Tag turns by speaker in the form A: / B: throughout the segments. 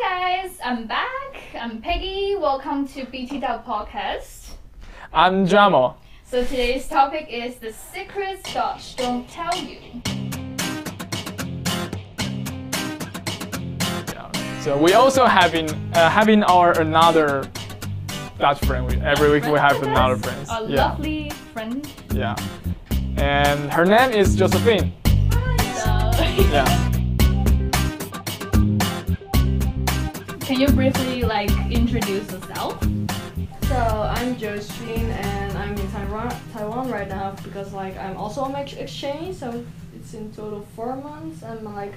A: guys, I'm back. I'm Peggy. Welcome to BT Dog Podcast.
B: I'm Jamo.
A: So today's topic is the secrets Dodge don't tell you.
B: So we also having uh, having our another Dutch friend. We, every week we have another friend.
A: A
B: Yeah,
A: lovely friend.
B: yeah. And her name is Josephine.
A: So
B: Yeah.
A: can you briefly like introduce yourself?
C: So I'm Josephine and I'm in Taiwan, Taiwan right now because like I'm also on my ex- exchange, so it's in total four months. I'm like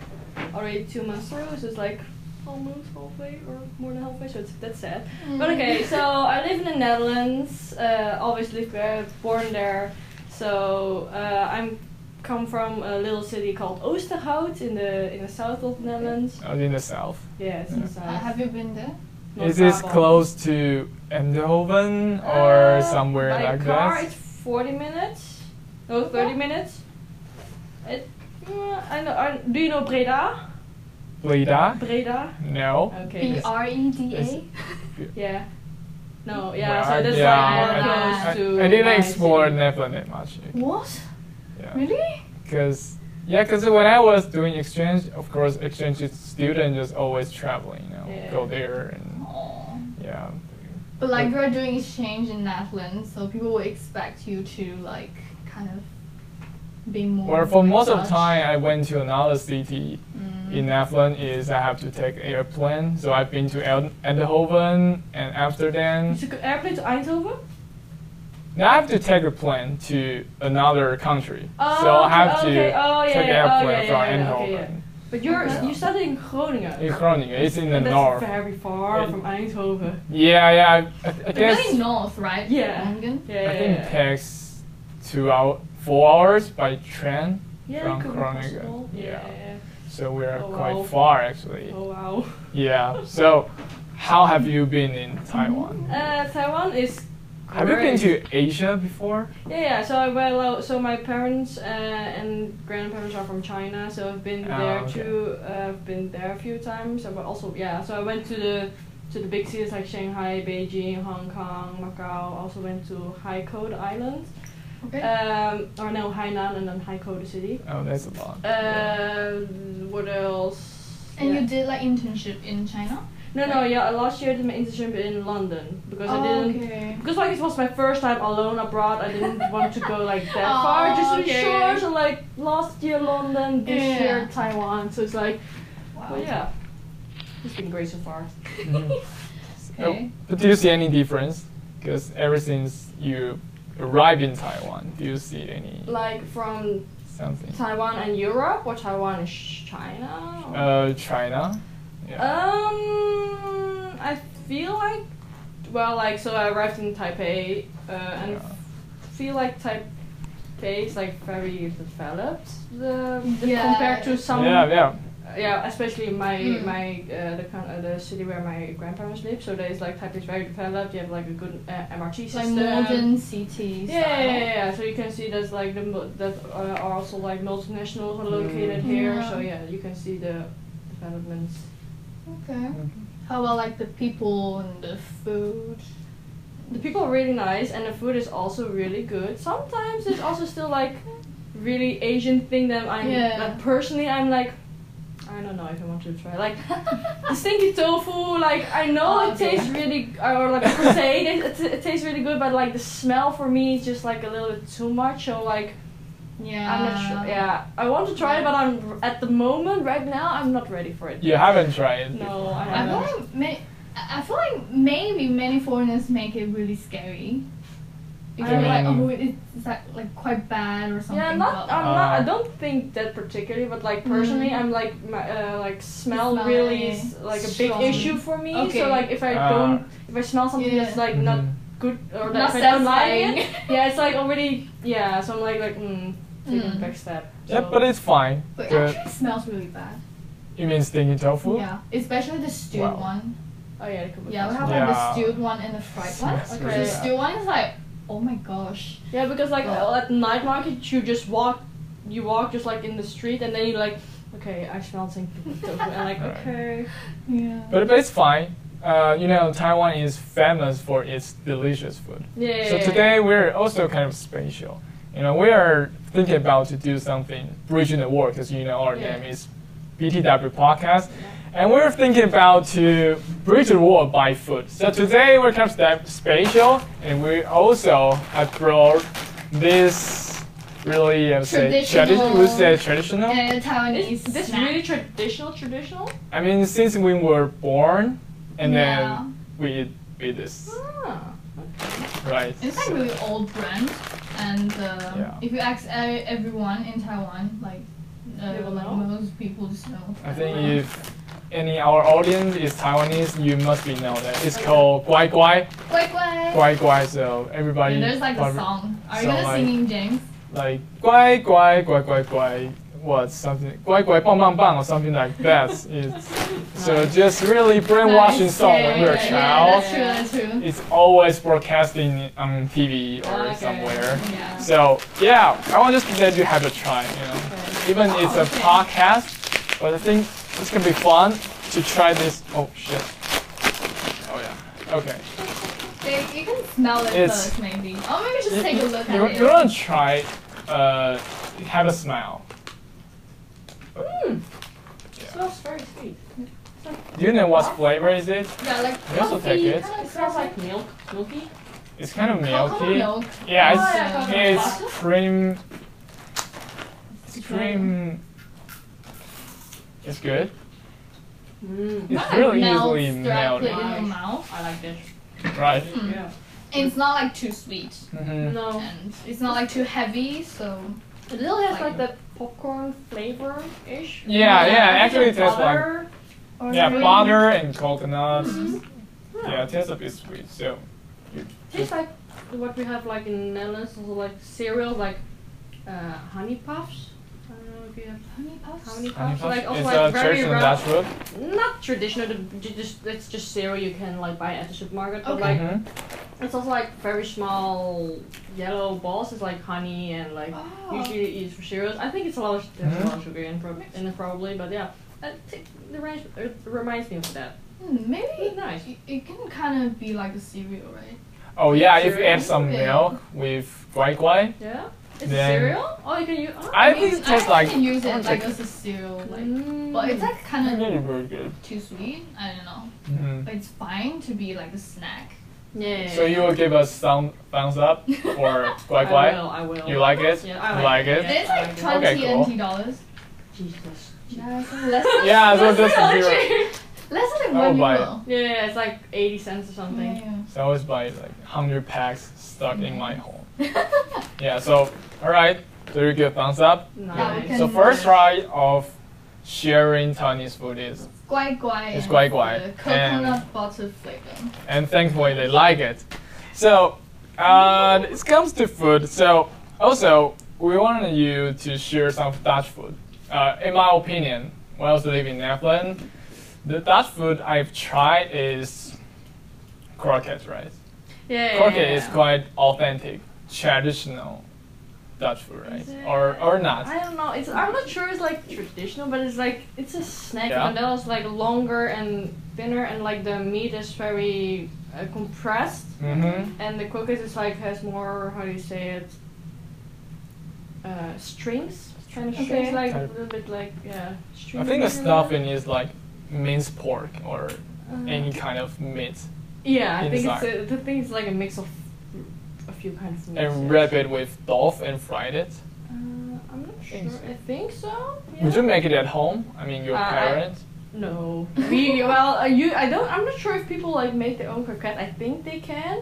C: already two months through, so it's like almost halfway or more than halfway. So it's, that's sad. But okay, so I live in the Netherlands. Uh, always lived there, born there. So uh, I'm come from a little city called Oosterhout in the in the south of the Netherlands.
B: Out in the south.
C: Yeah, it's in the
A: Uh,
C: south.
A: have you been there?
C: Not
B: is this
C: Brabant.
B: close to Eindhoven or
C: Uh,
B: somewhere
C: by
B: like
C: car,
B: that?
C: it's 40 minutes. No, 30 minutes. It, mm, I know, I, do you know Breda?
B: Breda?
C: Breda?
B: No.
C: Okay.
A: B R E D
B: It's-
A: A.
C: Yeah. No,
B: Where
C: yeah,
B: are-
C: so that's
B: yeah,
C: like more
A: I-
B: I,
C: close to.
B: I didn't
C: my
B: explore
C: city.
B: Netherlands that much.
C: What?
B: Yeah.
A: Really?
B: Cause yeah, cause when I was doing exchange, of course, exchange student just always traveling. You know,
C: Yeah.
B: go there and
A: Aw.
B: yeah.
A: But like you're doing exchange in Netherlands, so people will expect you to like kind of be more.
B: Well, for most of
A: Dutch.
B: time, I went to another city
A: Mm.
B: in Netherlands. Is I have to take airplane, so I've been to El- Eindhoven and Amsterdam.
C: You took an airplane to Eindhoven?
B: Now I have to take a plane to another country,
C: Oh,
B: so I
C: okay,
B: have to
C: okay. Oh, yeah,
B: take
C: yeah, oh,
B: airplane
C: yeah, yeah, yeah,
B: from
C: okay,
B: Eindhoven.
C: But you're
B: Yeah.
C: you studied in Groningen.
B: In Groningen, it's in the
C: And that's
B: north.
C: very far
B: It-
C: from Eindhoven.
B: Yeah, yeah. I, I- I
A: They're
B: guess.
A: really north, right?
C: Yeah.
A: Groningen?
C: Yeah.
B: I think it takes two hour, four hours by train,
C: yeah,
B: from
C: it could be
B: Groningen.
C: possible.
B: Yeah.
C: yeah.
B: so we are
C: Oh,
B: quite
C: wow.
B: far actually.
C: Oh wow.
B: Yeah. So, how have you been in Taiwan?
C: Uh, Taiwan is.
B: have you been
C: great.
B: to Asia before?
C: Yeah, yeah. So I well, so my parents uh, and grandparents are from China, so I've been
B: Ah,
C: there
B: okay.
C: too. Uh, I've been there a few times. So, but also, yeah. So I went to the to the big cities like Shanghai, Beijing, Hong Kong, Macau. Also went to Haikou the Island,
A: Okay.
C: um, or no Hainan and then Haikou the city.
B: Oh, that's a lot. Yeah.
C: Uh, what else?
A: and
C: Yeah.
A: you did like internship in China?
C: no, no, yeah. Last year I did my internship in London because I didn't.
A: Okay.
C: Because like it was my first time alone abroad, I didn't want to go like that far
A: Oh,
C: just to be
A: okay.
C: sure. So like last year London, this
A: Yeah.
C: year Taiwan. So it's like,
A: Wow.
C: well yeah, Mm. it's been great so far.
B: Mhm.
A: Okay.
B: Oh, but do you see any difference? Because ever since you arrived in Taiwan, do you see any
C: Like from
B: something?
C: Taiwan and Europe, or Taiwan and Sh- China. or-
B: Uh, China.
C: Uh,
B: Yeah.
C: Um, I feel like, well, like so I arrived in Taipei, uh, and
B: Yeah.
C: feel like Taipei is like very developed the, the
A: Yeah.
C: compared to some
B: yeah, yeah.
C: Uh, yeah, especially my
A: Mm.
C: my uh, the coun- uh, the city where my grandparents live. So there's like Taipei is very developed. You have like a good uh, MRT
A: It's like
C: system.
A: modern city
C: Yeah, yeah,
A: style.
C: yeah, yeah. So you can see there's like the mul- that uh, are also like multinationals are located
A: Mm.
C: here.
A: Yeah.
C: So yeah, you can see the developments.
A: Okay.
C: Mm.
A: How about like the people and the food?
C: The people are really nice, and the food is also really good. Sometimes it's also still like really Asian thing that I'm
A: Yeah.
C: that personally I'm like. I don't know if I want to try. Like The stinky tofu, like I know
A: Oh,
C: it tastes really, or like per se, it, it, it tastes really good, but like the smell for me is just like a little bit too much. So like
A: yeah.
C: I'm not sure. Yeah, I want to try it, but I'm r- at the moment right now I'm not ready for it.
B: You haven't tried. it
C: No, I
A: I feel
C: haven't.
A: like may- I I feel like maybe many foreigners make it really scary. Because
C: I
A: they're like,
B: mean-
A: oh, it- it's like, like quite bad or something.
C: Yeah, not.
A: but-
C: I'm not. I
B: Uh,
C: don't think that particularly, but like personally, I'm like my uh, like smell
A: Mm-hmm. Smell
C: really is like a big
A: strong.
C: issue for me.
A: Okay.
C: So like if I
B: Ah.
C: don't, if I smell something
A: Yeah.
C: that's like
B: Mm-hmm.
C: not good or
A: Not
C: that if I don't like
A: satisfying.
C: it, yeah, it's like already yeah. So I'm like like mm, taking
A: Mm.
C: a back step.
B: Yeah,
C: So-
B: but it's fine.
A: But
B: The-
A: actually, it smells really bad.
B: you mean stinky tofu?
A: Yeah, especially the stewed
B: Wow.
A: one.
C: Oh yeah, the cookbook.
A: Yeah, we
C: is
A: have
C: fun.
A: like the
B: Yeah.
A: stewed one and the fried one.
B: Smells
C: really
A: The
C: bad.
A: stewed one is like, oh my gosh.
C: yeah, because like
A: Well-
C: at night market you just walk, you walk just like in the street and then you like, okay, okay, I smell something tofu. And like,
B: Right.
C: okay.
A: Yeah.
B: But, but it's fine. Uh, you know, Taiwan is famous for its delicious food.
C: Yeah. yeah,
B: So
C: yeah.
B: today we're also kind of special. You know, we are thinking about to do something bridging the world because you know our
C: Yeah.
B: name is BTW Podcast,
C: Yeah.
B: and we're thinking about to bridge the world by food. So today we're kind of step special, and we also have brought this really I would say
A: Traditional.
B: traditional. We say traditional.
A: And a Taiwanese
C: Is this
A: snack.
C: really traditional? Traditional?
B: I mean, since we were born, and
A: Yeah.
B: then we eat, we eat this,
C: Ah.
B: right?
A: It's like
B: So-
A: really old brand, and uh,
B: Yeah.
A: if you ask e- everyone in Taiwan, like
C: They
A: uh,
C: will
A: like
C: know?
A: most people just know.
B: I think if any our audience is Taiwanese, you must be know that it's called Guai Guai,
A: Guai guai.
B: Guai Guai. So everybody
A: Yeah, there's like a
B: probably-
A: song. Are you
B: so,
A: gonna
B: like-
A: sing in James?
B: like Guai Guai Guai Guai Guai. What something Guai Guai Bang Bang Bang or something like that. It's, so just really brainwashing
A: Nice.
B: song
A: yeah,
B: when you're a
A: yeah,
B: child.
A: Yeah, that's true. That's true.
B: It's always broadcasting on TV or
C: Okay.
B: somewhere.
A: Yeah.
B: So yeah, I want just to let you have a try. You know,
C: Okay.
B: even it's a
A: Okay.
B: podcast, but I think it's gonna be fun to try this. Oh shit! Oh yeah. Okay.
A: They, you can smell it
B: It's-
A: first, maybe. Or maybe just
B: You-
A: take a look
B: you,
A: at it.
B: you wanna try? Uh, have a smell.
A: Hmm.
C: Mm.
B: Yeah.
C: Smells very sweet.
B: Do you know what flavor is it?
A: yeah, like
B: You also take
A: coffee,
B: it.
A: Kind
C: It
A: of
C: smells like milk, milky.
B: It's kind of
A: coconut
B: milky.
A: milk.
B: Yeah,
C: Oh,
B: it's
C: yeah, coconut
B: it's
C: milk.
B: cream. It's cream. It's good.
C: Mm.
B: It's
A: Kind of
B: really
A: melts
B: easily
A: directly
B: melted,
A: in your
C: Nice.
A: mouth.
C: I like this.
B: right?
A: Mm.
C: Yeah.
A: It's not like too sweet,
B: hmm
C: No.
A: and it's not like too heavy, so
C: It little has
A: Like-
C: like that popcorn flavor ish.
B: Yeah,
A: Yeah,
B: yeah,
A: I
B: actually it tastes like
C: butter.
A: or Hmm.
B: yeah,
A: green.
B: butter and coconut.
C: Yeah.
B: Yeah, it tastes a bit sweet. So
C: Tastes like what we have like in Netherlands, also like cereal, like uh, honey puffs. I don't know if you have
A: Honey puffs.
C: honey
B: honey
C: puffs. Uh, Like
B: puff
C: also
B: is
C: like
B: a
C: very
B: traditional
C: round.
B: Dutch food.
C: Not traditional. the- ju- Just it's just cereal you can like buy at the supermarket. But
A: Okay.
C: like
B: Mhm.
C: it's also like very small yellow balls. It's like honey and like
A: Oh.
C: usually you use for cereals. I think it's a lot. Of, there's
B: Mhm.
C: a lot of sugar in, prob- in it probably, but yeah. I think the range, it reminds me of that.
A: Hmm, maybe
C: Nice.
A: it, it can kind of be like a cereal, right?
B: Oh yeah, if you
C: Cereal?
B: add some
A: Okay.
B: milk with guai guai.
C: Yeah. It's
B: Then-
C: cereal. Oh, you can use. Oh,
B: I
A: mean,
B: think it tastes
A: I
B: like
A: can use
B: I
A: it
B: don't
A: like as
B: think-
A: a cereal, like.
C: Mm.
A: But it's like kind
B: really
A: of
B: very good.
A: too sweet. I don't know.
B: Mhm.
A: But it's fine to be like a snack.
C: yeah.
B: So you will give us some thumbs up for guai guai.
C: I will. I will.
B: You like it?
C: Yeah, I
B: you like
C: like it.
B: it?
A: It's
C: I
A: like
B: like it.
A: twenty
B: Okay, cool.
A: NT dollars.
C: Jesus.
A: Yeah, it's like less than
B: Yeah, Oh, so
A: less than
B: just zero.
A: one- Less than
B: I
A: like one
B: will buy it.
A: euro.
C: Yeah, it's like eighty cents or something.
B: So I always buy like hundred packs stuck in my home.
A: Yeah.
B: Yeah. So all right, very good thumbs up.
A: Yeah, we
C: Nice.
A: can-
B: So first try of sharing Chinese food is,
A: Guai guai.
B: It's
A: and
B: guai guai,
A: the
B: and-
A: Coconut butter flavor.
B: and thankfully they like it. So uh, it comes to food. So also we wanted you to share some Dutch food. Uh, in my opinion, when I was living in Netherlands, the Dutch food I've tried is croquette, right?
C: Yeah.
B: Croquette is quite authentic, traditional Dutch food, right?
C: Is it?
B: Or or not?
C: I don't know. It's I'm not sure. It's like traditional, but it's like it's a snack.
B: Yeah.
C: And that was like longer and thinner, and like the meat is very uh, compressed,
B: Mm-hmm.
C: and the cookies is like has more how do you say it? Uh, strings. Kind of
A: Okay.
C: strings, like a
B: Kind of-
C: little bit like yeah. Strings
B: I think the
C: or something.
B: stuffing is like minced pork or any kind of meat
C: Uh, Yeah, I think it's
B: inside.
C: a, the thing is like a mix of a few kind of mixes.
B: and wrap it with dough and fried it.
C: Uh, I'm not sure.
B: Think so.
C: I think so.
B: Would
C: yeah.
B: you make it at home? I mean, your
C: Uh, I-
B: parents.
C: No. We well, uh, you. I don't. I'm not sure if people like make their own croquette. I think they can,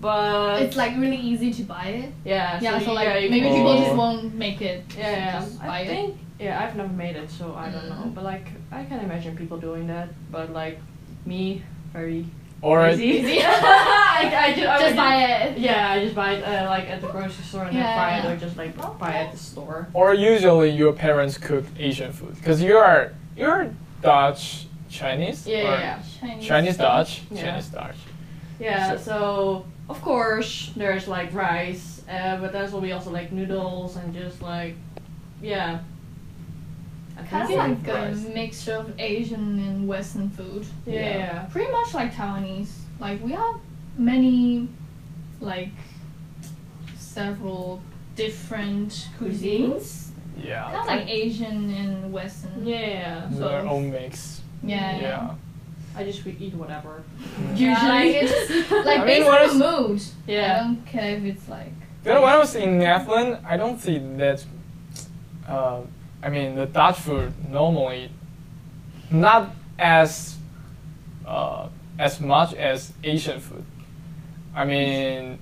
C: but
A: It's like really easy to buy it.
C: yeah.
A: Yeah,
C: so,
A: so
C: you-
A: like
C: yeah, you
A: maybe
C: can-
A: people
B: Or-
A: just won't make it.
C: Yeah, yeah.
A: Just buy
C: I
A: it.
C: think. Yeah, I've never made it, so I don't know.
A: Mm.
C: But like, I can imagine people doing that. But like, me, very
B: Or
C: easy.
A: Easy.
C: I, I just, I
A: Just
C: would
A: buy it.
C: Yeah, I just buy it uh, like at the grocery store and then buy
A: Yeah.
C: it, or just like buy it at the store.
B: or usually your parents cook Asian food because you are you're Dutch Chinese.
C: Yeah,
B: or
C: yeah,
A: Chinese.
B: Chinese Dutch,
C: Yeah.
B: Chinese Dutch.
C: yeah.
B: So-
C: Yeah, So of course there's like rice, uh, but there's will be also like noodles and just like yeah,
A: Kind
C: Okay.
A: of like
B: Rice.
A: a mixture of Asian and Western food.
C: Yeah.
B: Yeah.
C: yeah.
A: Pretty much like Taiwanese. Like we have many, like several different cuisines. Kind
B: Yeah.
A: of like Asian and Western.
C: Yeah, yeah,
B: It's
C: so
B: Their own mix.
A: Yeah.
B: Yeah.
C: I just would eat whatever.
A: Usually it's like
B: I mean,
A: based
B: what
A: on
B: is-
A: the mood. I
C: yeah,
A: don't care if it's like
B: You know, when I was in Netherlands, I don't see that. Uh, I mean, the Dutch food normally not as uh, as much as Asian food. I mean,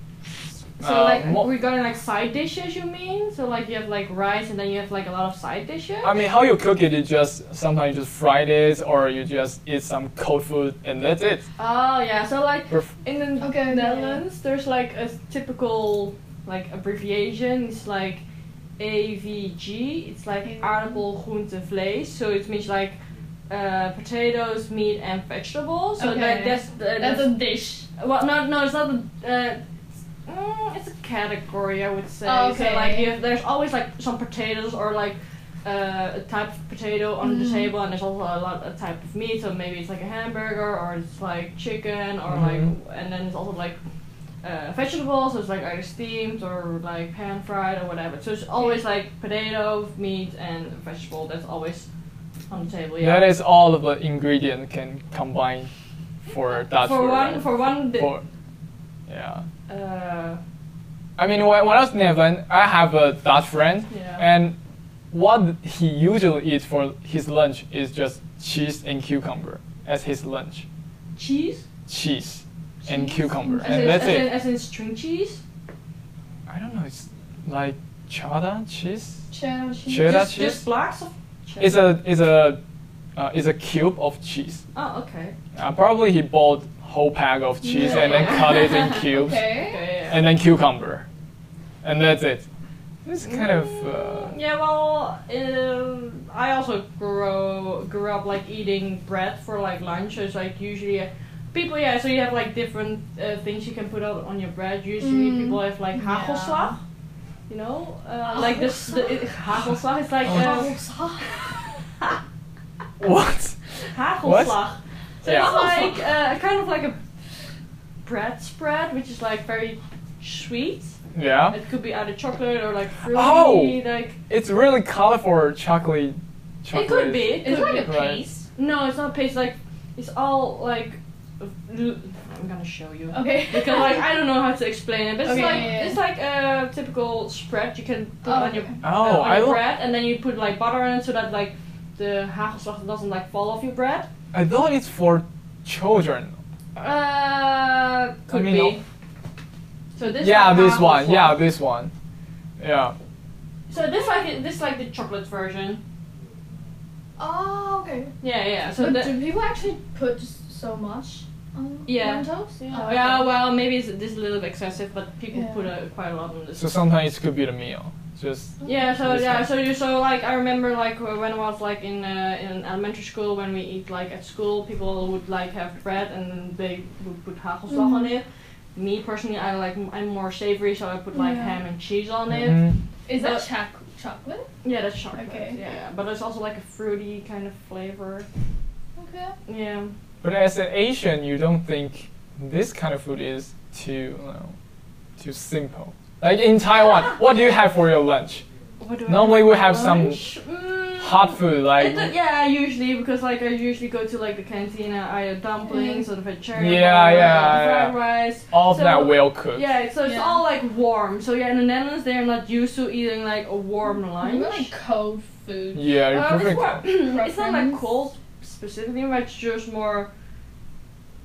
C: so
B: uh,
C: like
B: mo-
C: regarding like side dishes, you mean? So like you have like rice and then you have like a lot of side dishes.
B: I mean, how you cook it? You just sometimes you just fry this, or you just eat some cold food, and that's it.
C: oh yeah, so like
B: Perf-
C: in the
A: Okay, yeah.
C: Netherlands, there's like a typical like abbreviation. It's like AVG. It's like
A: Mm.
C: aardappel, groente, vlees. So it means like uh, potatoes, meat, and vegetables. So
A: Okay.
C: that, that's the,
A: that's a dish.
C: Well, no, no, it's not. A, uh, mm, it's a category, I would say. So,
A: Oh, Okay.
C: like, you have, there's always like some potatoes or like uh, a type of potato on the
A: Mm.
C: table, and there's also a lot a type of meat. So maybe it's like a hamburger or it's like chicken or
B: Mhm.
C: like, and then it's also like. Uh, vegetables, so it's like either steamed or like pan fried or whatever. So it's always like potato, meat, and vegetable. That's always on the table. Yeah.
B: That is all of the ingredient can combine for Dutch
C: for
B: food.
C: one,
B: right?
C: for one, di-
B: For- yeah.
C: uh,
B: I mean, when, when I was in Netherlands, I have a Dutch friend,
C: Yeah.
B: and what he usually eats for his lunch is just cheese and cucumber as his lunch.
C: cheese.
B: Cheese, and
A: Cheese?
B: cucumber,
A: As
B: and
C: in,
B: that's
C: as In,
B: it.
C: as in string cheese?
B: I don't know. It's like cheddar cheese.
A: Cheddar cheese.
B: Cheddar
C: just,
B: cheese?
C: Just blocks of cheese?
B: It's a it's a uh, it's a cube of cheese.
C: Oh, okay.
B: Uh, probably he bought whole pack of cheese and then
C: Yeah.
B: cut it in cubes,
A: Okay.
C: Okay, yeah.
B: and then cucumber, and that's it. It's kind of. Uh,
C: Mm, yeah, well, um, I also grow grew up like eating bread for like lunch. So it's like usually uh, people, yeah. So you have like different uh, things you can put on, on your bread. Usually
A: Mm,
C: people have like
A: yeah.
C: hagelslag, you know, uh, like this the, hagelslag. It's like
B: Oh.
C: uh,
B: what?
C: hagelslag. So
B: Yeah.
C: it's like uh, kind of like a bread spread, which is like very sweet.
B: Yeah.
C: It could be either chocolate or like fruity,
B: Oh!
C: like
B: It's really colorful chocolate. chocolate.
C: it could be. It could
A: It's like
C: be.
A: a
B: Right.
A: paste.
C: no, it's not paste. Like it's all like. l- I'm gonna show you
A: Okay.
C: because like I don't know how to explain it, but
A: Okay,
C: it's like
A: yeah, yeah.
C: it's like a typical spread you can put
A: Oh,
C: on your,
A: okay.
B: Oh,
C: uh, on
B: I
C: your
B: lo-
C: bread, and then you put like butter on it so that like the hagelslag doesn't like fall off your bread.
B: I thought it's for children.
C: Uh, could
B: mean,
C: be.
B: no.
C: So this
B: yeah,
C: like,
B: this one.
C: hagelslag.
B: Yeah, this one. Yeah.
C: So this like this like the chocolate version.
A: Oh, okay.
C: Yeah, yeah. So
A: So
C: that,
A: do people actually put so much on
C: Yeah. Oh,
A: on toast? Yeah.
C: Yeah, well, maybe it's this is a little bit excessive, but people
A: Yeah.
C: put uh, quite a lot on this.
B: So sometimes it could be the meal. Just
C: yeah, so
B: This
C: yeah,
B: one.
C: so you so like I remember like uh, when I was like in uh, in elementary school when we eat like at school, people would like have bread and then they would put hagelslag on
A: Mm.
C: it. Me personally, I like m- I'm more savory, so I put like
A: Yeah.
C: ham and cheese on it.
B: Mhm.
A: Is that
C: But-
A: choc- chocolate?
C: Yeah, that's chocolate.
A: Okay.
C: Yeah, but it's also like a fruity kind of flavor.
A: Okay.
C: Yeah.
B: But as an Asian, you don't think this kind of food is too, you know, too simple. Like in Taiwan, what do you have for your lunch?
C: What do I
B: Normally we
C: for
B: have some
C: lunch? Mm,
B: Hot food, like
C: It do- yeah, usually because like I usually go to like the cantina, either dumplings
A: Mm.
C: or the vegetarian
B: Yeah,
C: one, or
B: yeah,
C: the fried
B: yeah.
C: rice.
B: all of that
C: So-
B: well cooked.
C: Yeah, so it's
A: Yeah.
C: all like warm. So yeah, in the Netherlands they're not used to eating like a warm lunch.
A: Even like cold food.
B: Yeah, you
C: Uh,
B: prefer-
C: it's, more, it's not like
A: Preference?
C: cold specifically, but it's just more.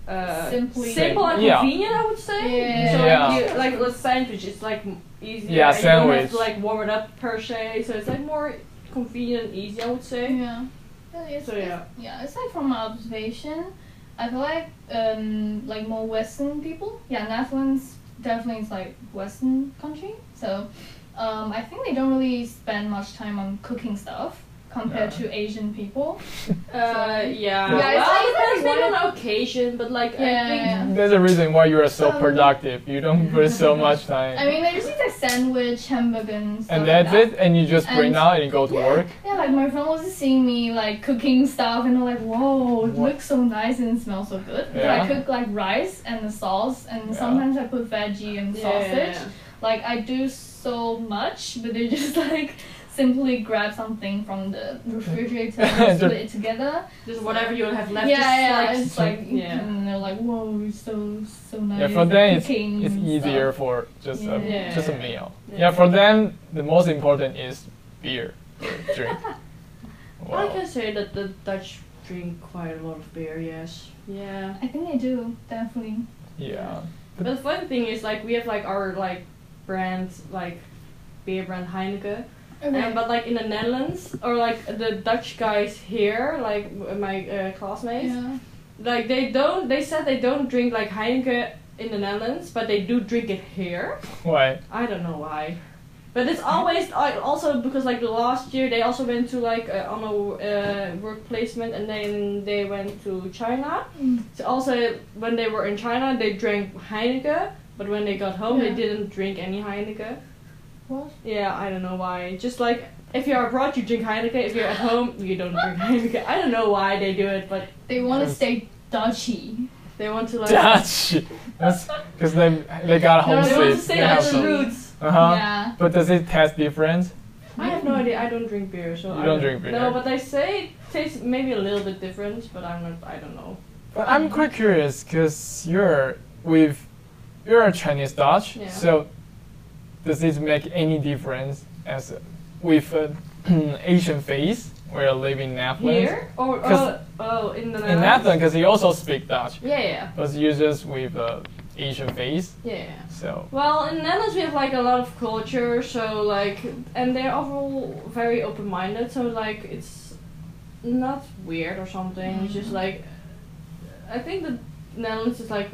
C: Uh,
A: Simply-
C: simple and
B: Yeah.
C: convenient, I would say.
A: Yeah.
C: So
B: Yeah.
C: Like, you, like the sandwich, it's like m- easier.
B: Yeah,
C: and you don't have
B: sandwich.
C: to like warm it up per se. So it's like more convenient, and easy, I would say.
A: Yeah. Yeah, It's,
C: So,
A: it's- yeah, it's like from my observation, I feel like um like more Western people. Yeah, Netherlands definitely is like Western country. So um I think they don't really spend much time on cooking stuff compared
B: Yeah.
A: to Asian people.
C: Uh,
A: So-
C: yeah.
B: Yeah,
A: it's
C: well,
A: like-
C: it depends
A: it's
C: maybe
A: like-
C: on occasion, but like I
A: Yeah,
C: think
A: yeah, yeah.
B: There's a reason why you are so
A: Um,
B: productive. You don't put so much time.
A: I mean, they just eat like sandwich, hamburger, and stuff
B: and
A: like
B: that's
A: that.
B: it, and you just bring
A: And-
B: out and you go to work.
A: Yeah, like my friend was seeing me like cooking stuff, and they're like, "Whoa, it
B: What?
A: looks so nice and it smells so good." So
B: Yeah.
A: I cook like rice and the sauce, and
B: Yeah.
A: sometimes I put veggie and
C: Yeah,
A: sausage.
C: yeah,
A: Like I do so much, but they just like simply grab something from the refrigerator and
B: Just-
A: split it together.
C: yeah. Just whatever you have left.
A: yeah,
C: just
A: yeah,
C: like,
A: it's like
C: yeah.
A: and they're like, "Whoa, it's so so nice."
B: Yeah, for them it's,
A: cooking
B: it's
A: and
B: easier
A: stuff."
B: for just a,
C: Yeah.
B: just a
C: Yeah.
B: meal. Yeah.
C: Yeah.
B: for them the most important is beer or drink.
C: I
B: Wow.
C: can say that the Dutch drink quite a lot of beer. Yes. Yeah.
A: I think they do definitely.
B: Yeah.
C: But the funny thing is, like, we have like our like brand, like beer brand Heineken. And, but like in the Netherlands or like the Dutch guys here, like w- my uh, classmates,
A: yeah.
C: like they don't. They said they don't drink like Heineken in the Netherlands, but they do drink it here.
B: Why?
C: I don't know why. But it's always uh, also because like last year they also went to like uh, on a uh, work placement and then they went to China.
A: Mm.
C: So also when they were in China they drank Heineken, but when they got home they
A: Yeah.
C: didn't drink any Heineken.
A: What?
C: Yeah, I don't know why. Just like if you're abroad you drink Heineken, if you're at home you don't drink Heineken. I don't know why they do it, but
A: They want to
B: Yes.
A: stay Dutchy.
C: they want to like
B: Dutch. Ah, That's because they they got
A: No,
B: homesick.
C: they want to
A: Homesick.
C: stay
B: They
A: Yeah,
C: at
B: have
A: so-
C: the
B: some-
C: roots.
B: Uh-huh.
A: Yeah.
B: But does it taste different?
C: I have no idea. I don't drink beer, so
B: Mm. You
C: I
B: don't drink beer.
C: No, but they say it tastes maybe a little bit different, but I'm not. I don't know.
B: But I'm quite curious because you're with you're a Chinese Dutch,
C: Yeah.
B: so does it make any difference as a- with an Asian face where you live in Netherlands?
C: Here or
B: 'Cause
C: oh, oh in the
B: In Netherlands, because you also speak Dutch,
C: Yeah, yeah,
B: but you just with a Asian face,
C: yeah, yeah.
B: so
C: Well, in Netherlands we have like a lot of culture, so like, and they're overall very open-minded, so like it's not weird or something. It's just
B: Mm.
C: like, I think the Netherlands is like,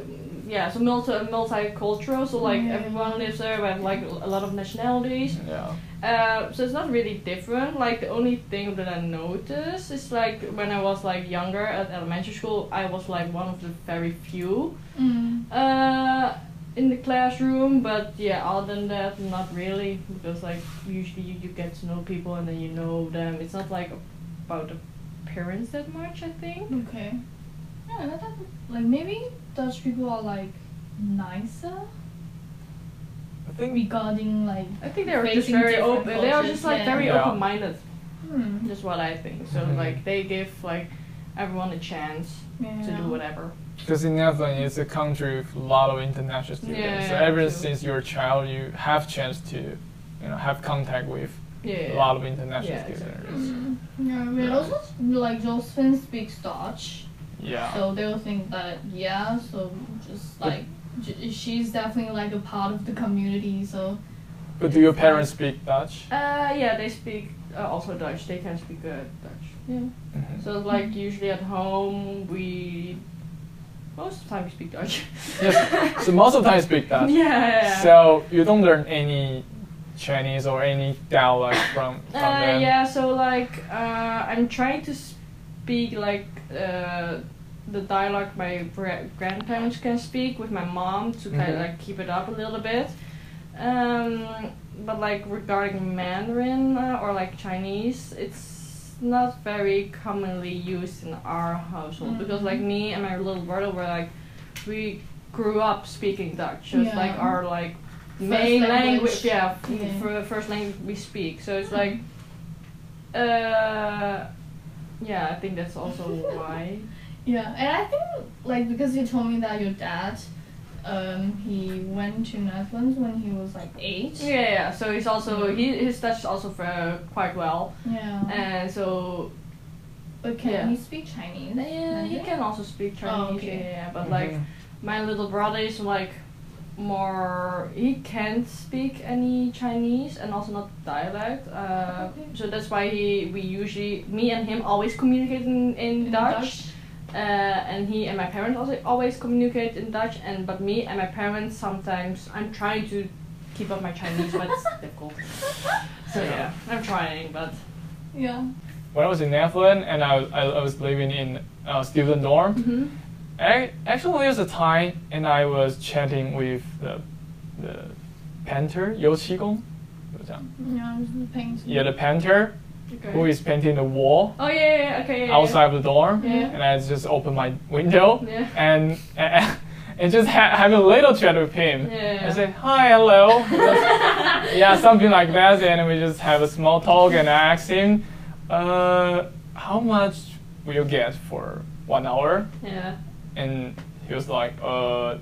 C: yeah, so multi multicultural, so
B: Mm.
C: like
A: Yeah.
C: everyone lives there, but like a lot of nationalities.
B: yeah.
C: Uh, so it's not really different. Like the only thing that I noticed is like when I was like younger at elementary school, I was like one of the very few
A: Mm.
C: uh, in the classroom. But yeah, other than that, not really because like usually you, you get to know people and then you know them. It's not like about appearance that much. I think.
A: Okay. Yeah, that, that, like maybe Dutch people are like nicer
B: I think
A: regarding like.
C: I think they're just
A: Facing
C: very
A: different
C: open. They are
A: cultures,
C: just like
A: yeah.
C: very
B: Yeah.
C: open-minded.
A: Hmm.
C: Just what I think. So
B: Mhm.
C: like they give like everyone a chance
A: Yeah.
C: to do whatever.
B: because in Netherlands it's a country with a lot of international students,
C: Yeah,
B: so ever
C: true.
B: since you're a child, you have chance to, you know, have contact with
C: Yeah.
B: a lot of international
C: Yeah,
B: students.
A: Mm. Yeah, but
B: Yeah.
A: also like Josephine speaks Dutch,
B: Yeah.
A: so they'll think that yeah, so just
B: But-
A: like j- she's definitely like a part of the community, so
B: But do your parents speak Dutch?
C: Uh, yeah, they speak uh, also Dutch. They can speak uh, Dutch. Yeah.
B: Mhm.
C: So like usually at home we most of the time we speak Dutch.
B: yes. So most of the time speak
C: yeah.
B: Dutch.
C: yeah.
B: So you don't learn any Chinese or any dialect from from
C: Uh,
B: them.
C: yeah. So like uh, I'm trying to speak like uh, the dialect my gra- grandparents can speak with my mom to kind
B: Mhm.
C: of like keep it up a little bit. Um, but like regarding Mandarin uh, or like Chinese, it's not very commonly used in our household
A: Mm-hmm.
C: because like me and my little brother were like we grew up speaking Dutch. So it's
A: Yeah.
C: like our like
A: First
C: main
A: language.
C: language. Yeah, f-
A: Yeah. Mm-hmm.
C: for the first language we speak. So it's like, uh, yeah, I think that's also why.
A: Yeah, and I think like because you told me that your dad, um, he went to Netherlands when he was like eight.
C: Yeah, yeah. So he's also he his Dutch is also uh, quite well,
A: Yeah.
C: and so
A: but can
C: yeah.
A: he speak Chinese?
C: yeah, he
A: Mandarin?
C: can also speak Chinese.
A: Oh, okay.
C: yeah, yeah, but like
B: Mhm.
C: my little brother is like more he can't speak any chinese and also not dialect uh,
A: Okay.
C: so that's why he we usually me and him always communicate in, in,
A: In
C: dutch, Uh, and he and my parents also always communicate in dutch and but me and my parents sometimes i'm trying to keep up my chinese but it's difficult so yeah i'm trying but
A: Yeah.
B: When I was in Netherlands and I was, I, I was living in a student dorm, I, actually there was a time and I was chatting with the, the painter 油漆工，就这样。
A: Yeah, the paint.
B: Yeah, the painter who
C: Okay.
B: is painting the wall
C: Oh yeah, yeah, yeah, okay. Yeah, yeah.
B: outside of the dorm,
C: Yeah.
B: and I just open my window
C: Yeah.
B: and and, and just ha- have a little chat with him.
C: Yeah.
B: I say hi, hello. yeah, something like that, and we just have a small talk, and I ask him, uh, how much will you get for one hour?
C: Yeah.
B: And he was like, uh,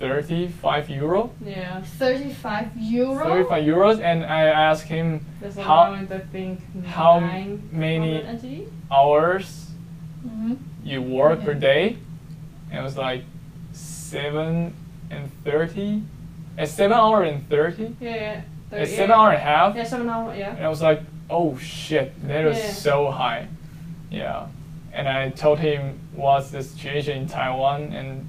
B: 35 euro.
C: Yeah.
A: Thirty-five euro.
B: 35 euros, and I asked him
C: There's
B: How-
C: around I think
B: how
C: nine
B: many-
C: hundred NT?
B: hours
A: Mm-hmm.
B: you work per
A: Okay.
B: day, and it was like seven and thirty, at seven hour and thirty,
C: Yeah, yeah.
B: at
C: Thirty-
B: seven hour and a half,
C: Yeah, seven hour. Yeah.
B: and I was like, oh shit, that is
C: Yeah.
B: so high, yeah. And I told him what's the situation in Taiwan, and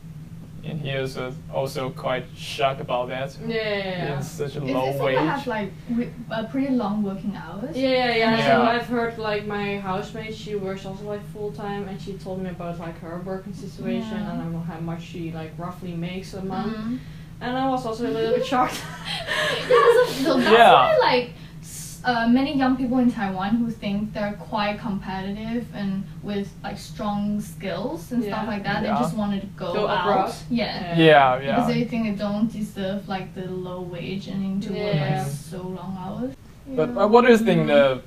B: and he was uh, also quite shocked about that.
C: Yeah. Yeah.
B: It's such a
A: Is
B: low
A: this
B: wage.
A: like have like re- uh, pretty long working hours?
C: Yeah, yeah, yeah. So
B: Yeah.
C: I've heard like my housemate, she works also like full time, and she told me about like her working situation
A: Yeah.
C: and um, how much she like roughly makes a month.
A: Mhm.
C: And I was also a little bit shocked.
A: yeah, so, so that's
B: Yeah.
A: why like s- uh, many young people in Taiwan who think they're quite competitive and with like strong skills and stuff
C: Yeah.
A: like that,
B: Yeah.
A: they just wanted to go,
C: Go
A: out.
C: abroad.
A: Yeah.
B: yeah,
A: Because
B: yeah.
A: they think they don't deserve like the low wage and need to work
C: Yeah.
A: like so long hours.
B: But
A: Yeah.
B: uh, what do you think
A: Mhm.
B: the,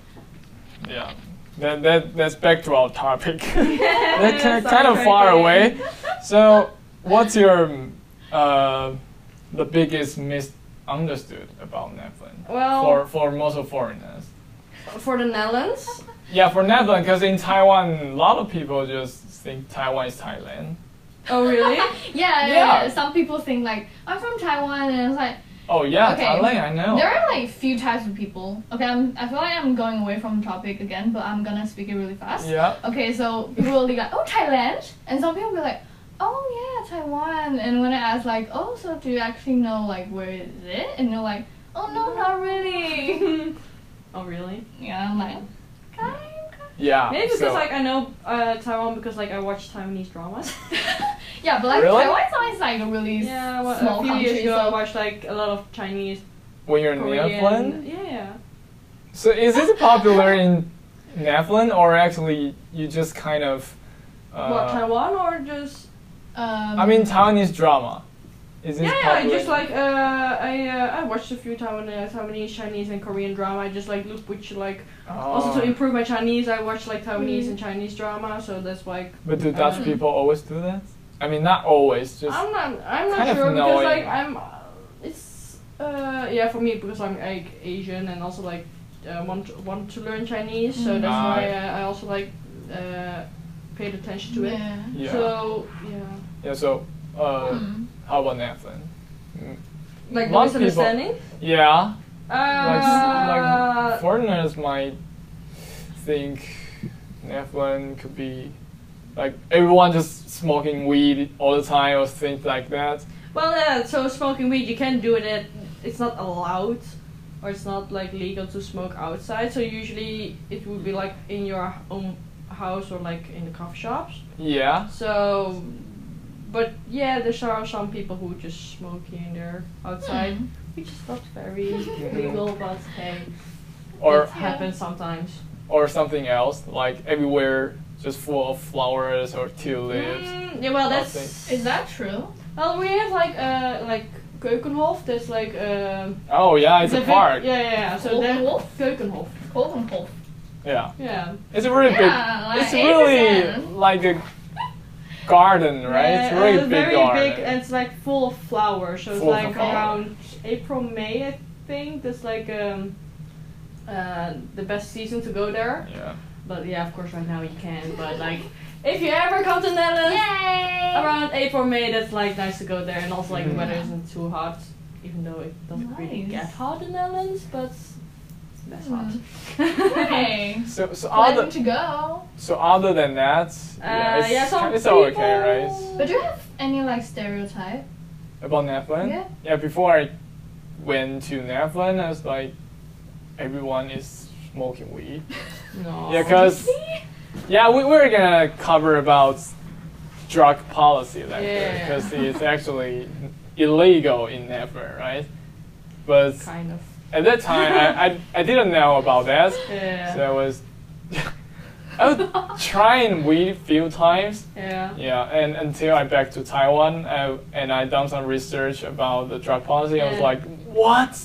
B: yeah, that, that that's back to our topic.
C: Yeah,
B: That's
C: sorry,
B: kind of
C: sorry,
B: far
C: sorry.
B: away. So, what's your mm, uh, the biggest misunderstood about Netherlands
C: Well,
B: for for most of foreigners?
C: for the Netherlands,
B: Yeah, for Netherlands, because in Taiwan, a lot of people just think Taiwan is Thailand.
C: Oh really?
A: yeah, yeah,
B: Yeah.
A: yeah. Some people think like I'm from Taiwan, and it's like
B: Oh yeah,
A: Okay.
B: Thailand, I know.
A: there are like few types of people. Okay, I'm, I feel like I'm going away from topic again, but I'm gonna speak it really fast.
B: yeah.
A: Okay, so people will be like, oh Thailand, and some people will be like, oh yeah Taiwan, and when I ask like, oh so do you actually know like where is it? And they're like, oh no, not really.
C: oh really?
A: yeah, I'm like, kind. kind."
B: Yeah.
C: Maybe because
B: Ah, so-
C: like I know uh, Taiwan because like I watch Taiwanese dramas.
A: yeah, but like
B: Really?
A: Taiwan's always like a really s-
C: yeah, well,
A: small
C: a few
A: country.
C: years ago I
A: so-
C: watched like a lot of Chinese,
B: when you're in
C: Korean.
B: Netherlands,
C: Yeah, yeah.
B: so is it popular in Netherlands or actually you just kind of? Uh,
C: what Taiwan or just?
A: um,
B: I mean Taiwanese drama. Is this
C: Yeah, yeah. I
B: popular?
C: just like uh, I uh, I watched a few Taiwanese, Taiwanese, Chinese, and Korean drama. I just like look which like also
B: Oh.
C: to improve my Chinese. I watch like Taiwanese
A: Mm.
C: and Chinese drama, so that's like
B: But do Dutch
A: Um,
B: people always do that? I mean, not always, just
C: I'm not I'm not
B: kind of
C: sure because
B: knowing.
C: like I'm uh, it's uh yeah for me because I'm like Asian and also like uh, want to, want to learn Chinese, so
A: Mm.
C: that's
B: Ah.
C: why uh, I also like uh, paid attention to it.
A: yeah.
B: yeah.
C: So yeah,
B: yeah. So, uh,
A: Hmm.
B: how about Netherlands? Mm,
C: like the
B: Lot of people-
C: misunderstanding.
B: Yeah, like,
C: Uh,
B: like foreigners might think Netherlands could be like everyone just smoking weed all the time or things like that.
C: Well, yeah, so smoking weed, you can do it. At, it's not allowed, or it's not like legal to smoke outside. So usually it would be like in your own house or like in the coffee shops.
B: Yeah.
C: So, but yeah, there are some people who just smoke here and there outside,
A: Hmm.
C: which is not very legal, but hey,
B: Or
C: it happens sometimes.
B: or something else like everywhere just full of flowers or tulips.
C: Mm, yeah, well, that's
B: Nothing.
A: Is that true?
C: well, we have like uh like Keukenhof. There's like um.
B: Oh yeah, it's a
C: the vi-
B: park.
C: Yeah, yeah, yeah. So that
A: Keukenhof?
C: Keukenhof.
A: Cold and cold.
B: Yeah.
C: Yeah.
B: It's a really
A: Yeah,
B: big.
A: like
B: It's really
A: 8%.
B: like a garden, right? it's a
C: Yeah,
B: really
C: uh,
B: big
C: very
B: garden.
C: big, and it's like full of flowers. So
B: Full of
C: it's like
B: flowers.
C: around April, May, I think. That's like um, uh, the best season to go there.
B: yeah.
C: But yeah, of course, right now you can. But like, if you ever come to Netherlands,
A: Yay!
C: around April, May, that's like nice to go there. And also, like, the
B: Mhm.
C: weather isn't too hot, even though it doesn't really
A: Nice.
C: get hot in Netherlands, but it's less hot.
A: Mm. Hey.
B: So so
A: Planning
B: other
A: to go.
B: so other than that, yeah,
C: Uh,
B: it's,
C: yeah, some
B: ki- it's all okay,
C: people-
B: right?
A: But do you have any like stereotype?
B: About Netherlands.
A: Yeah.
B: Before I went to Netherlands, I was like, everyone is smoking weed.
C: no.
B: Yeah, 'cause- Yeah, we we're gonna cover about drug policy later
C: Yeah.
B: because it's actually illegal in Netherlands, right? but
C: kind of.
B: at that time I, I, I didn't know about that,
C: Yeah.
B: so I was I was trying weed few times.
C: yeah.
B: Yeah, and until I back to Taiwan I, and I done some research about the drug policy, I was
C: Yeah.
B: like, what?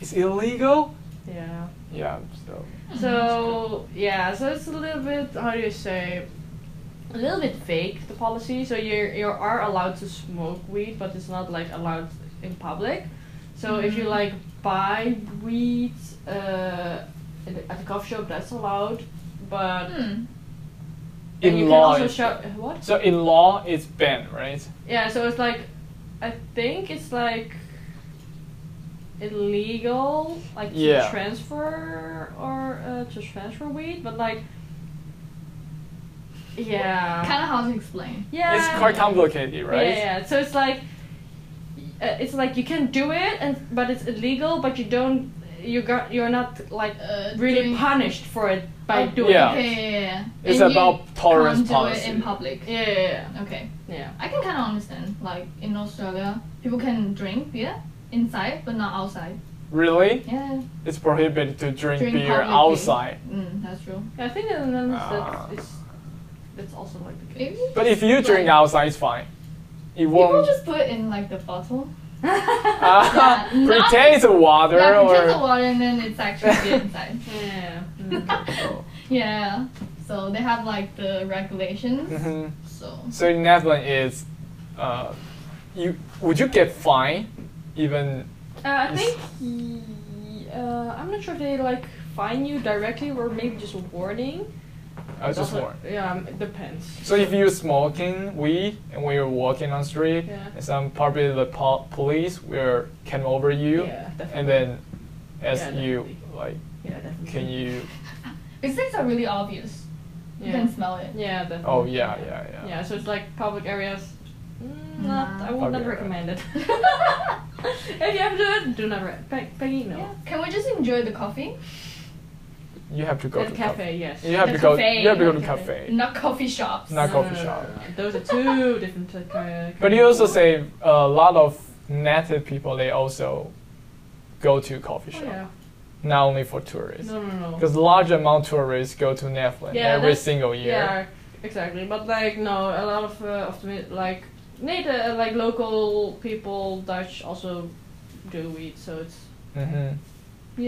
B: It's illegal?
C: Yeah.
B: Yeah, so
C: So yeah, so it's a little bit how do you say, a little bit vague the policy. So you you are allowed to smoke weed, but it's not like allowed in public. So if you
A: Mhm.
C: like buy weed uh, at the- at the coffee shop, that's allowed. But
A: Hmm.
C: and
B: in
C: you
B: law.
C: can also
B: it's-
C: show what?
B: so in law, it's banned, right?
C: Yeah, so it's like, I think it's like illegal, like to
B: Yeah.
C: transfer or uh, to transfer weed, but like, yeah,
A: Kind of hard to explain.
C: yeah,
B: It's quite complicated, right?
C: Yeah, yeah. So it's like, uh, it's like you can do it, and but it's illegal, but you don't, you got, you're not like
A: Uh,
C: really
A: doing-
C: punished for it by
A: Oh,
C: doing
B: Yeah.
C: it.
A: Okay, yeah, yeah.
B: It's
A: And you
B: about tolerance
A: can't do
B: policy.
A: it in public.
C: Yeah, yeah,
A: Okay,
C: yeah,
A: I can kind of understand. Like in Australia, people can drink beer inside, but not outside.
B: Really?
A: Yeah,
B: It's prohibited to drink,
A: Drink
B: beer
A: publicly.
B: outside.
A: mm, that's true.
C: yeah. I think in the Netherlands
B: Ah.
C: that's it's, that's also like the case.
A: Maybe.
B: But if you drink outside, it's fine. It
A: People
B: won't
A: just put in like the bottle.
B: uh,
A: Yeah, not-
B: pretend it's water
A: yeah,
B: or
A: contains the water and then it's actually beer inside.
C: yeah. Mm,
A: yeah. So they have like the regulations.
B: Mhm.
A: So
B: So in Netherlands, it's uh, you would you get fined even
C: Uh, I
B: Yes.
C: think he- uh, I'm not sure if they like fine you directly or maybe just a warning.
B: uh, just
C: Also-
B: more.
C: Yeah, um, it depends.
B: So if you're smoking weed and when you're walking on the street,
C: Yeah.
B: and some probably the po- police will come over you
C: yeah, definitely.
B: and then ask
C: Yeah,
B: you
C: definitely. Mm-hmm.
B: like,
C: yeah, definitely.
B: can you?
A: these things are really obvious. You
C: Yeah.
A: can smell it.
C: yeah, definitely.
B: Oh yeah, yeah, yeah.
C: Yeah, so it's like public areas. Mm, not, I would
B: Public
C: not
B: area.
C: recommend it. if you ever do it, do not re- Peg- Peggy, no.
A: Yeah. Can we just enjoy the coffee?
B: You have to go
C: At
B: to
C: cafe, yes.
B: You have
A: The
B: to go.
A: cafe,
B: You have to go to
C: not cafe.
B: cafe.
A: Not coffee shops. Mm.
B: Not
C: No, no,
B: coffee
C: no, no,
B: shop.
C: no, no. Those are two different. Uh, ki-
B: But
C: kinds.
B: you also say a lot of native people they also go to coffee
C: Oh,
B: shop,
C: yeah.
B: not only for tourists.
C: No, no, no.
B: Because large amount of tourists go to Netherlands
C: Yeah,
B: every
C: that's-
B: single year.
C: Yeah, exactly. But like, no, a lot of uh, of the mi- like native, uh, like local people, Dutch also do weed. So it's
B: Because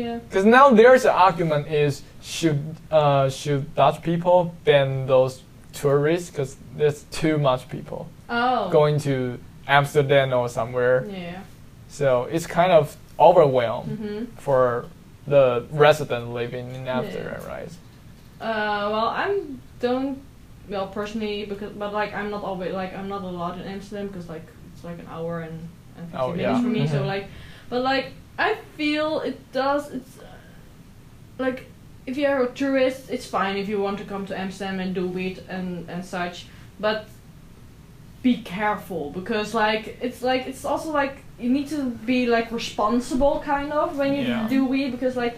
C: yeah,
B: Mm-hmm. now there's an argument is should uh, should Dutch people ban those tourists because there's too much people
C: oh,
B: going to Amsterdam or somewhere.
C: yeah,
B: So it's kind of overwhelmed
C: mm-hmm.
B: for the resident living in Amsterdam, right?
C: Uh, well, I'm don't well personally because but like I'm not always like I'm not allowed in Amsterdam because like it's like an hour and, and 15
B: Oh,
C: minutes
B: yeah.
C: for me. So
B: Mhm.
C: like, but like I feel it does. It's uh, like if you're a tourist, it's fine if you want to come to Amsterdam and do weed and and such, but be careful because like it's like it's also like you need to be like responsible kind of when you
B: Yeah.
C: do weed because like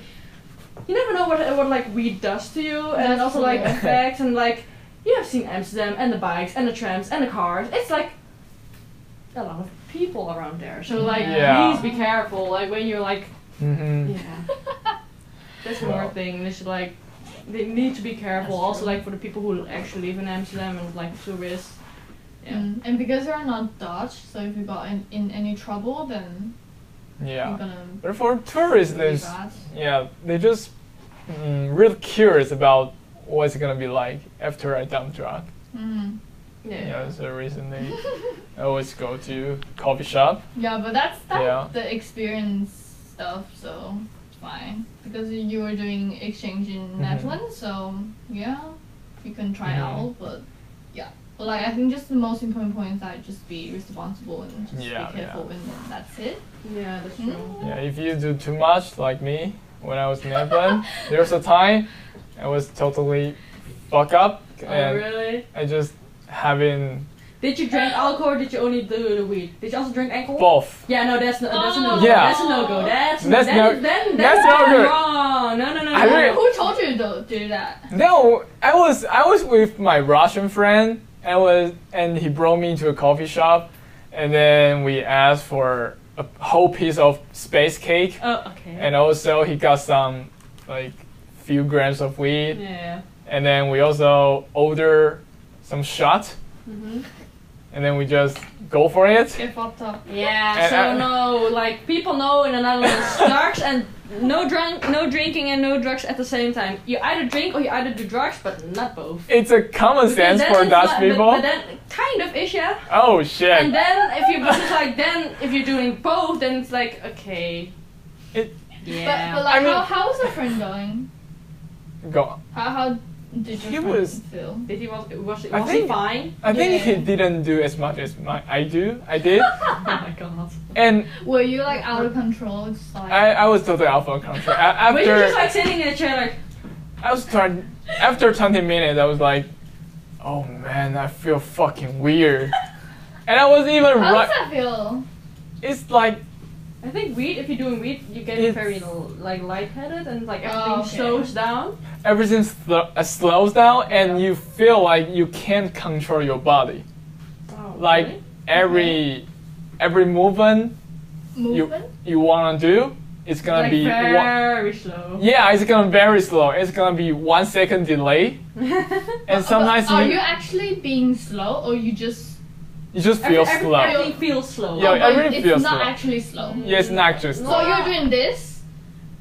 C: you never know what what like weed does to you and
A: That's
C: also like
A: true.
C: effects and like you have seen Amsterdam and the bikes and the trams and the cars. It's like a lot of people around there. So like
B: Yeah.
C: please be careful like when you're like
B: Mm-hmm.
C: yeah. That's
B: Well.
C: more thing. They should like they need to be careful.
A: That's
C: Also
A: true.
C: like for the people who actually live in Amsterdam and like tourists. Yeah.
A: Mm, And because you're not Dutch, so if you got in, in any trouble, then
B: Yeah.
A: you're gonna
B: But for tourists,
A: be
B: there's
A: bad.
B: yeah, they just mm, real curious about what's it gonna be like after I dump drug.
A: Mm.
C: Yeah.
B: Yeah, that's the reason they always go to coffee shop.
A: Yeah, but that's that's
B: Yeah.
A: the experience stuff, so it's fine. Because you were doing exchange in
B: Mm-hmm.
A: Netherlands, so yeah, you can try
B: Mhm.
A: out, but yeah. But like I think just the most important point is that just be responsible and just
B: Yeah,
A: be careful and that's it.
C: Yeah, that's true.
A: Mm.
B: Yeah, if you do too much, like me, when I was in Netherlands, there's a time I was totally fuck up
C: Oh
B: and
C: really?
B: I just having
C: Did you drink alcohol? or Did you only do the weed? Did you also drink alcohol?
B: both.
C: Yeah, no, that's no, that's a no.
A: Oh.
C: go.
B: Yeah.
C: That's a no go. That's
B: That's
C: that
B: no-
C: is- then,
B: that's no
C: not
B: good.
C: wrong. No, no, no,
B: I
C: no.
B: really-
A: Who told you to do that?
B: No, I was I was with my Russian friend. I was and he brought me to a coffee shop, and then we asked for a whole piece of space cake,
C: Oh, okay.
B: and also he got some like few grams of weed,
C: yeah.
B: and then we also order some shot,
D: Mm-hmm.
B: and then we just go for it.
A: Get fucked up.
C: Yeah,
B: And
C: so
B: I-
C: no, like people know in the Netherlands, drugs and no drunk, no drinking and no drugs at the same time. You either drink or you either do drugs, but not both.
B: It's a common sense
C: That
B: for
C: is
B: Dutch
C: what- but-
B: people.
C: But, then kind of is yeah.
B: oh shit!
C: And then if you but it's like then if you're doing both, then it's like okay.
B: It-
C: yeah.
A: But, but like,
B: I mean-
A: how, how was the friend going?
B: go.
A: How, how did
B: He
A: your friend
B: was-
A: feel?
C: did he was was,
B: I
C: was he
B: think-
C: fine?
B: I think
A: Yeah.
B: he didn't do as much as my, I do. I did,
C: oh my god.
B: and
A: Were you like out of control? Just like
B: I, I was totally out of control. A-
C: Were you just
B: After
C: like sitting in a chair like
B: I was trying, after 20 minutes, I was like, oh man, I feel fucking weird, and I wasn't even
A: how does
B: right.
A: that feel?
B: It's like
C: I think weed. If you're doing weed, you get
B: It's-
C: very like lightheaded and like
A: Oh,
C: everything
A: okay.
C: slows down.
B: everything sl- uh, slows down, and you feel like you can't control your body.
A: Oh,
C: Wow,
B: Like
C: really?
B: every every movement
A: Movement?
B: you wanna do, it's gonna
C: like
B: be one,
C: very slow.
B: yeah, it's gonna very slow. It's gonna be one second delay, and
A: Oh, But-
B: sometimes
A: but are
B: you,
A: you actually being slow or you just
B: you just feel
C: Every- every-
B: slow.
C: Everything feels slow.
B: Yeah,
A: Oh, but
B: everything
A: it's
B: feels
A: not
B: slow.
A: actually slow.
C: Mm.
B: yeah, it's not just
A: So
C: No.
A: you're doing this,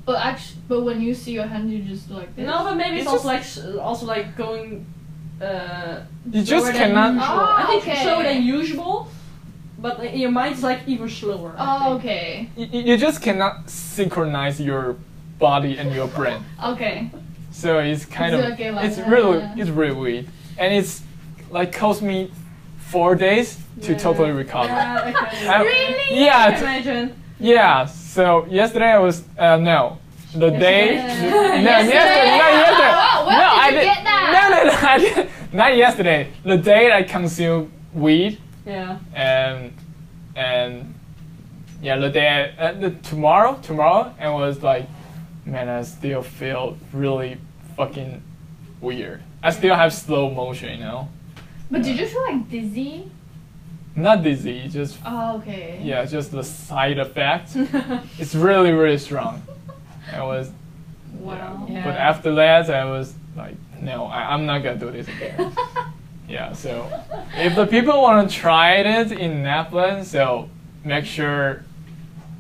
A: but actually, but when you see your hand, you just like this.
C: No, but maybe it's,
B: It's
C: also like s- also like going. Uh,
B: You just
C: slower than
B: cannot.
C: usual.
A: Oh,
C: I think
A: okay.
C: slower than usual, but in your mind's like even slower. I
A: Oh,
C: think.
A: okay.
B: You, you just cannot synchronize your body and your brain.
A: Okay.
B: So it's kind
A: It's
B: of
A: okay like
B: it's
A: that,
B: really
A: yeah.
B: it's really weird, and it's like cost me four days to
C: Yeah.
B: totally recover.
C: Yeah, okay.
B: Um,
A: Really?
B: Yeah,
C: Can
B: t-
C: you imagine.
B: yeah. So yesterday I was uh, no, the day.
C: Yesterday.
A: Yesterday?
B: No, yesterday, not yesterday.
A: Wow, where
B: no,
A: did
B: I
A: you
B: did-
A: get that?
B: No, no, no. I did, not yesterday. The day I consumed weed
C: Yeah.
B: and and yeah, the day I, uh, the, tomorrow, tomorrow, and was like, man, I still feel really fucking weird. I still have slow motion, you know,
A: But did you feel like dizzy?
B: not dizzy, just
A: Oh, okay.
B: yeah, just the side
A: Mm.
B: effect.
C: wow.
B: It's really really strong. I was, yeah.
C: Yeah.
B: But after that, I was like, no, I, I'm not gonna do this again. yeah, so if the people want to try it in Netherlands, so make sure.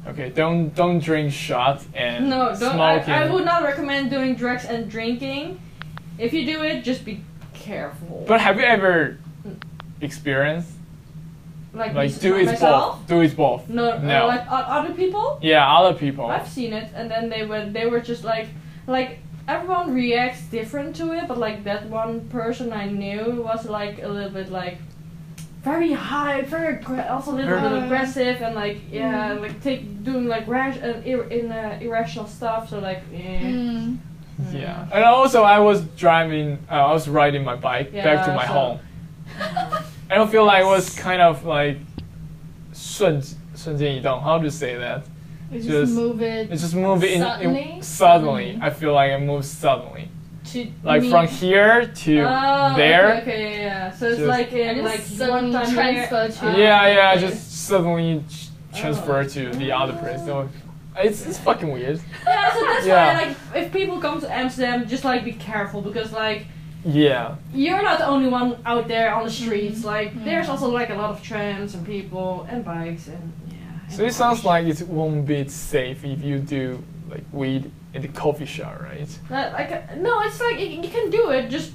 B: Okay, don't don't drink shots and
C: No, don't. I,
B: smoking.
C: I would not recommend doing drugs and drinking. If you do it, just be careful.
B: But have you ever experienced
C: like,
B: like
C: mys-
B: do it
C: myself?
B: both? Do it both? No.
C: No, no. Like o- other people,
B: Yeah, other people.
C: I've seen it, and then they were they were just like like everyone reacts different to it, but like that one person I knew was like a little bit like very high, very aggra- also a little bit
B: Yeah.
C: aggressive, and like yeah, like take doing like rash uh, ir- in uh, irrational stuff. So like eh.
A: Mm.
B: Yeah, and also I was driving. Uh, I was riding my bike back to
C: Yeah,
B: my
C: so-
B: home. I don't feel like it was kind of like 瞬瞬间移动. How to say that?
A: You just,
B: Just-
A: move it
B: It's just moving in,
A: Suddenly?
B: in suddenly. I feel like I move suddenly,
A: to
B: like
A: me.
B: from here to
C: Oh,
B: there.
C: Okay, okay, yeah, yeah. So it's
B: Just-
C: like
A: And
C: in like
A: it's
C: one
A: suddenly
C: time
A: transfer
C: here,
A: to-
B: Yeah,
A: Ah,
B: yeah. I
A: okay.
B: Just suddenly ch- transfer to the other place. So it's it's fucking weird.
C: Yeah, so that's
B: Yeah.
C: why like if people come to Amsterdam, just like be careful because like
B: Yeah.
C: you're not the only one out there on the streets. Like
A: Yeah.
C: there's also like a lot of trams and people and bikes and yeah.
B: So it sounds like it won't be safe if you do like weed in the coffee shop, right?
C: Not like a- no, it's like you, you can do it. Just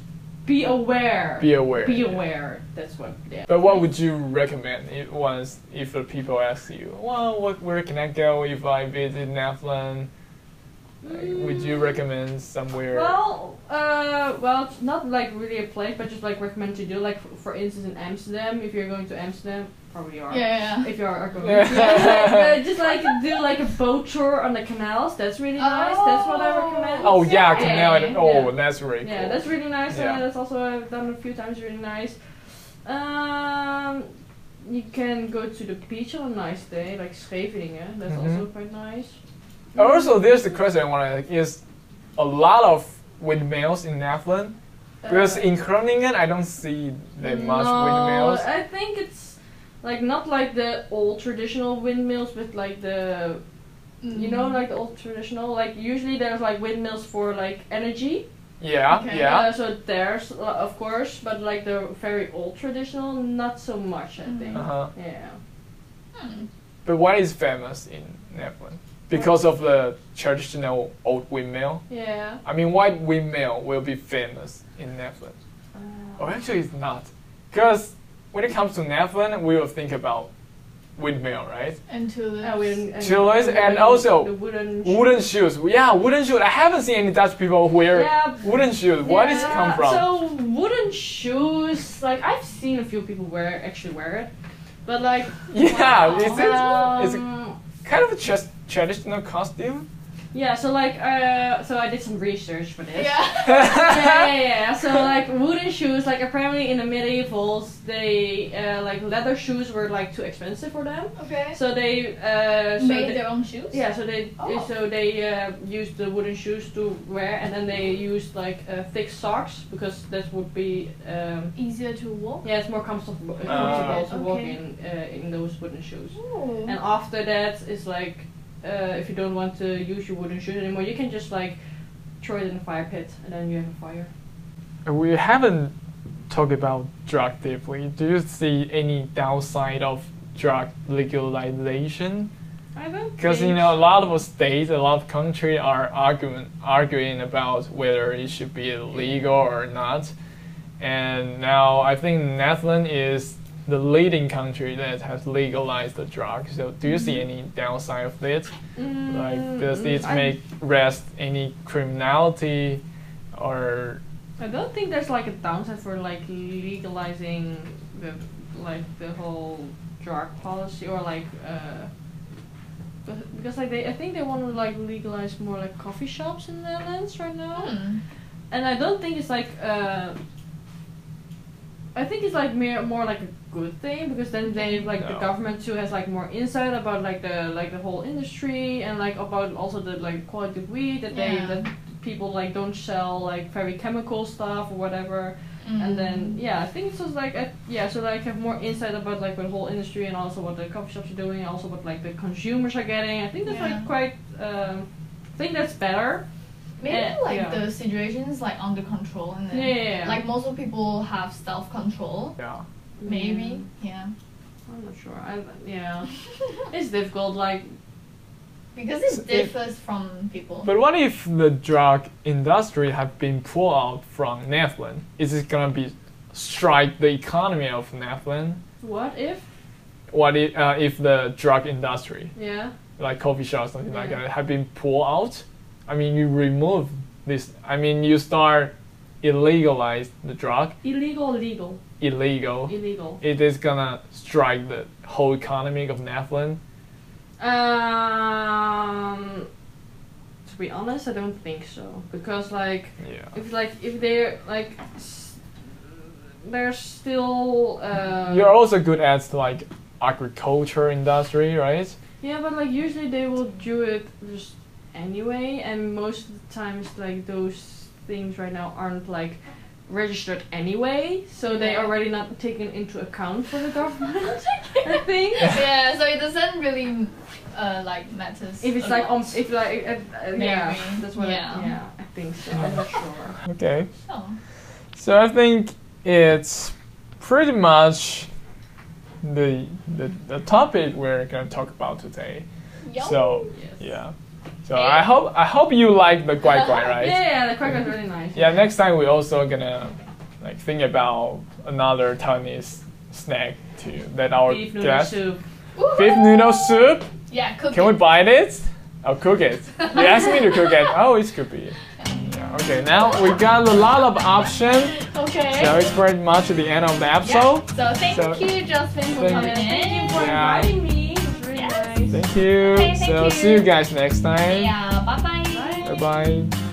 C: be aware.
B: Be aware.
C: Be
B: yeah.
C: aware. That's what. Yeah.
B: But what would you recommend if once if the people ask you, well, what, where can I go if I visit Netherlands? Like, would you recommend somewhere?
C: Well, uh, well, it's not like really a place, but just like recommend to do. Like f- for instance, in Amsterdam, if you're going to Amsterdam, probably you are.
A: Yeah, yeah.
C: If you are, are going
B: Yeah.
C: to uh, just like do like a boat tour on the canals. That's really nice. That's what I recommend.
B: oh yeah,
A: okay.
B: canal. And, oh,
C: Yeah.
B: that's really
C: Yeah,
B: cool.
C: that's really nice.
B: Yeah.
C: Uh, that's also I've done a few times. Really nice. Um, you can go to the beach on a nice day, like Scheveningen. That's
B: Mhm.
C: also quite nice.
B: also, there's the question I want to is a lot of windmills in Netherlands because
C: Uh,
B: in Groningen I don't see that much
C: no, uh,
B: windmills.
C: I think it's like not like the old traditional windmills, but like the you know
A: Mm.
C: like the old traditional. Like usually there's like windmills for like energy.
B: Yeah,
A: Okay.
B: yeah.
C: Uh, so there's uh, of course, but like the very old traditional, not so much. I
A: Mm.
C: think.
B: Uh huh.
C: Yeah.
A: Hmm.
B: But what is famous in Netherlands? Because of the traditional old windmill.
C: Yeah.
B: I mean, white windmill will be famous in Netherlands. Or actually, it's not, because when it comes to Netherlands, we will think about windmill, right?
A: And tulips.
C: Uh, wooden- and
B: Chillers and
C: wooden-
B: also
C: the wooden.
B: Wooden shoes. Yeah, wooden shoes. I haven't seen any Dutch people wear
C: Yeah.
B: wooden shoes. Where does it
C: Yeah,
B: come from?
C: So wooden shoes, like I've seen a few people wear actually wear it, but like
B: yeah,
A: Wow.
B: it's, it's, it's
C: um,
B: kind of a just traditional costume.
C: yeah. So like uh, so I did some research for this.
A: Yeah.
C: yeah, yeah, yeah. So like wooden shoes, like apparently in the medievals, they uh, like leather shoes were like too expensive for them,
A: Okay.
C: so they uh, so
A: Made
C: they-
A: their own shoes.
C: Yeah, so they
A: Oh.
C: so they uh, used the wooden shoes to wear, and then they used like uh, thick socks because that would be um,
A: Easier to walk.
C: yeah, it's more comfortable comfortable to walk
A: Okay.
C: in uh, in those wooden shoes.
A: Ooh.
C: And after that, it's like uh, if you don't want to use your wooden shoes anymore, you can just like throw it in the fire pit, and then you have a fire.
B: We haven't talked about drug deeply. Do you see any downside of drug legalization?
C: I don't.
B: Because you know, a lot of states, a lot of country are arguing arguing about whether it should be illegal or not. And now I think Netherlands is the leading country that has legalized the drug. So do you see any downside of it?
C: Mm,
B: Like does it make rest any criminality or
C: I don't think there's like a downside for like legalizing the like the whole drug policy or like uh but- because like they I think they want to like legalize more like coffee shops in the Netherlands right now
A: Hmm.
C: and I don't think it's like uh I think it's like mere, more like a good thing because then they like the
B: No.
C: government too has like more insight about like the like the whole industry and like about also the like quality of weed that
A: Yeah.
C: they that people like don't sell like very chemical stuff or whatever
A: Mm. Mm-hmm.
C: and then yeah I think it's just like uh, yeah so like have more insight about like the whole industry and also what the coffee shops are doing and also what like the consumers are getting I think that's
A: Yeah.
C: like quite um, I think that's better
A: Maybe
C: Yeah,
A: like
C: eh, yeah.
A: the situation's like under control and then
C: Yeah, yeah, yeah.
A: like most of people have self control.
B: yeah.
A: Maybe. Yeah.
C: I'm not sure. I Mm. yeah, it's difficult. Like
A: because
B: So
A: it
B: it-
A: differs from people.
B: But what if the drug industry have been pulled out from Netherlands? Is it gonna be strike the economy of Netherlands?
C: what if?
B: what if, uh, if the drug industry,
C: Yeah.
B: like coffee shops, something like
C: Yeah.
B: that, have been pulled out? I mean, you remove this. I mean, you start illegalize the drug.
C: Illegal, legal,
B: Illegal.
C: illegal.
B: It is gonna strike the whole economy of Netherlands.
C: Um, to be honest, I don't think so because like
B: Yeah.
C: if like if they're like s- there's still uh
B: You're also good at like agriculture industry, right?
C: yeah, but like usually they will do it just anyway, and most of the times like those things right now aren't like registered anyway, so they
A: Yeah.
C: already not taken into account for the government. I think.
A: yeah, so it doesn't really uh, like matters.
C: If it's
A: a
C: like
A: lot.
C: on, if like, uh, uh, yeah,
A: Maybe.
C: that's what.
A: Yeah.
C: I, yeah, I think so.
B: Uh-huh.
C: I'm not sure.
B: Okay.
A: Oh.
B: So I think it's pretty much the the, the topic we're gonna talk about today.
A: Yum.
B: So
C: Yes.
B: Yeah. So I hope I hope you like the guai guai, right?
C: Yeah, yeah, the crack was really nice.
B: Yeah, Next time we're also gonna like think about another Taiwanese snack to that our
C: Beef noodle
B: guest.
C: soup.
A: Woohoo!
B: Beef noodle soup.
A: Yeah, cook
B: Can we
A: it.
B: bite it? I'll cook it. You asked me to cook it. Oh, it could be. Yeah, okay. Now we got a lot of options.
A: Okay.
B: So it's pretty much the end of the episode.
A: Yeah. So thank
B: So-
A: you, Justin, for
B: Thank-
A: coming
C: Thank you
A: in.
C: for
B: Yeah.
C: inviting me. It was really
A: Yes.
C: nice.
B: Thank you.
A: Okay, thank
B: so
A: you.
B: see you guys next time.
A: Yeah. Bye-bye.
C: Bye.
B: Bye bye.